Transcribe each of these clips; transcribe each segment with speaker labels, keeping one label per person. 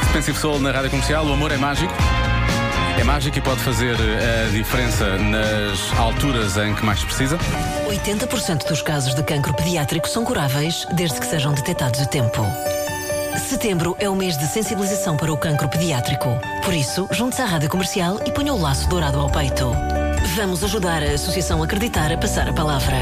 Speaker 1: Expensive Soul na rádio comercial. O amor é mágico. É mágico e pode fazer eh, a diferença nas alturas em que mais precisa.
Speaker 2: 80% dos casos de cancro pediátrico são curáveis desde que sejam detectados a tempo. Setembro é o mês de sensibilização para o cancro pediátrico. Por isso, junte-se à rádio comercial e ponha o laço dourado ao peito. Vamos ajudar a Associação Acreditar a passar a palavra.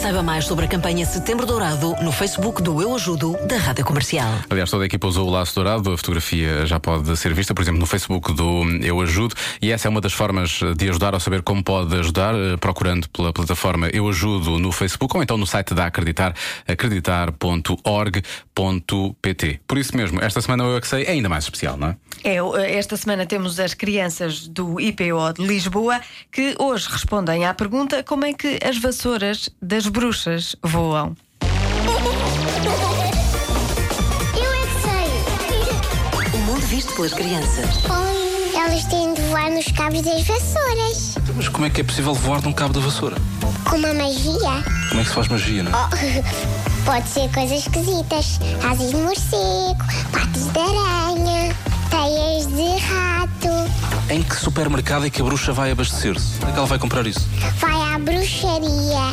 Speaker 2: Saiba mais sobre a campanha Setembro Dourado no Facebook do Eu Ajudo da Rádio Comercial.
Speaker 1: Aliás, toda a equipa usou o laço dourado. A fotografia já pode ser vista, por exemplo, no Facebook do Eu Ajudo. E essa é uma das formas de ajudar ou saber como pode ajudar, eh, procurando pela plataforma Eu Ajudo no Facebook ou então no site da Acreditar, acreditar.org.pt. Por isso mesmo, esta semana o Eu É Que Sei é ainda mais especial, não é?
Speaker 3: É, o- esta semana temos as crianças do IPO de Lisboa que hoje respondem à pergunta como é que as vassouras das bruxas voam.
Speaker 4: Eu é que
Speaker 2: O
Speaker 4: sei.
Speaker 2: mundo visto pelas crianças.
Speaker 4: Bom, elas têm de voar nos cabos das vassouras.
Speaker 5: Mas como é que é possível voar num cabo da vassoura?
Speaker 4: Com uma magia.
Speaker 5: Como é que se faz magia, não é?
Speaker 4: Oh, pode ser coisas esquisitas. Asas de morcego, patas de aranha, teias de rato.
Speaker 5: Em que supermercado é que a bruxa vai abastecer-se? Onde é que ela vai comprar isso?
Speaker 4: Vai à bruxaria.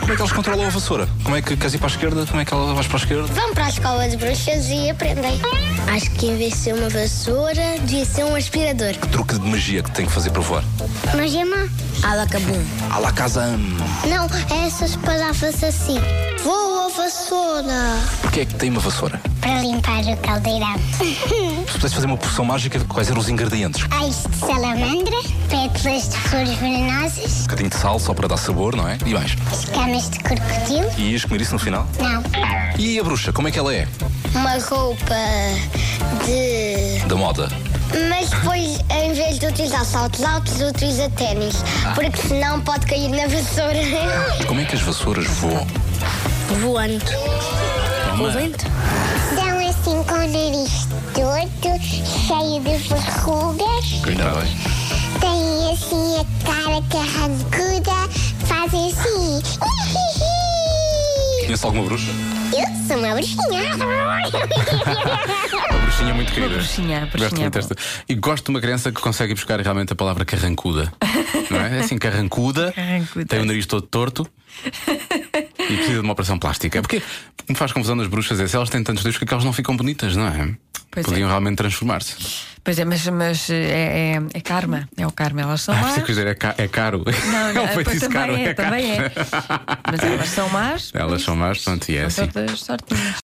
Speaker 5: Como é que eles controlam a vassoura? Como é que queres ir para a esquerda? Como é que ela vais para a esquerda?
Speaker 4: Vão para a escola de bruxas e aprendem. Acho que em vez de ser uma vassoura, devia ser um aspirador.
Speaker 5: Truque de magia que tem que fazer para voar.
Speaker 4: Mas é má. Alacabum.
Speaker 5: À la casa am.
Speaker 4: Não, essas palavras assim. Voa vassoura.
Speaker 5: Porquê é que tem uma vassoura?
Speaker 4: Para limpar o caldeirão.
Speaker 5: Se pudesse fazer uma poção mágica, quais eram os ingredientes? Um
Speaker 4: Ais de salamandra, pétalas de flores venenosas,
Speaker 5: bocadinho de sal só para dar sabor, não é? E mais.
Speaker 4: escamas de crocodilo.
Speaker 5: E ias comer isso no final?
Speaker 4: Não.
Speaker 5: E a bruxa, como é que ela é?
Speaker 4: Uma roupa de.
Speaker 5: Da moda.
Speaker 4: Mas depois, em vez de utilizar saltos altos, utiliza ténis. Porque senão pode cair na vassoura.
Speaker 5: Como é que as vassouras voam?
Speaker 4: Voando. São assim com o nariz torto, cheio de verrugas.
Speaker 5: Ainda bem.
Speaker 4: Tem assim a cara carrancuda, fazem assim.
Speaker 5: Conhece alguma bruxa?
Speaker 4: Eu sou uma bruxinha.
Speaker 1: Uma bruxinha muito querida.
Speaker 3: bruxinha, bruxinha
Speaker 1: Gosto muito
Speaker 3: é
Speaker 1: desta. E gosto de uma criança que consegue buscar realmente a palavra carrancuda. Não é? É assim, carrancuda,
Speaker 3: Carrancuda.
Speaker 1: tem o nariz todo torto e precisa de uma operação plástica. É Porque o que me faz confusão nas bruxas é se elas têm tantos dedos que elas não ficam bonitas, não é?
Speaker 3: Pois é.
Speaker 1: Podiam realmente transformar-se.
Speaker 3: Pois é, mas, mas é, é, é karma, é o karma. Elas são
Speaker 1: Ah,
Speaker 3: más.
Speaker 1: isto é que eu dizer, é, ca- é caro.
Speaker 3: Não,
Speaker 1: é
Speaker 3: não,
Speaker 1: um
Speaker 3: pois
Speaker 1: feitiço
Speaker 3: também
Speaker 1: caro.
Speaker 3: é,
Speaker 1: caro.
Speaker 3: também é. Mas elas são más.
Speaker 1: Elas são más, pronto, e é
Speaker 3: São
Speaker 1: assim.
Speaker 3: todas sortinhas.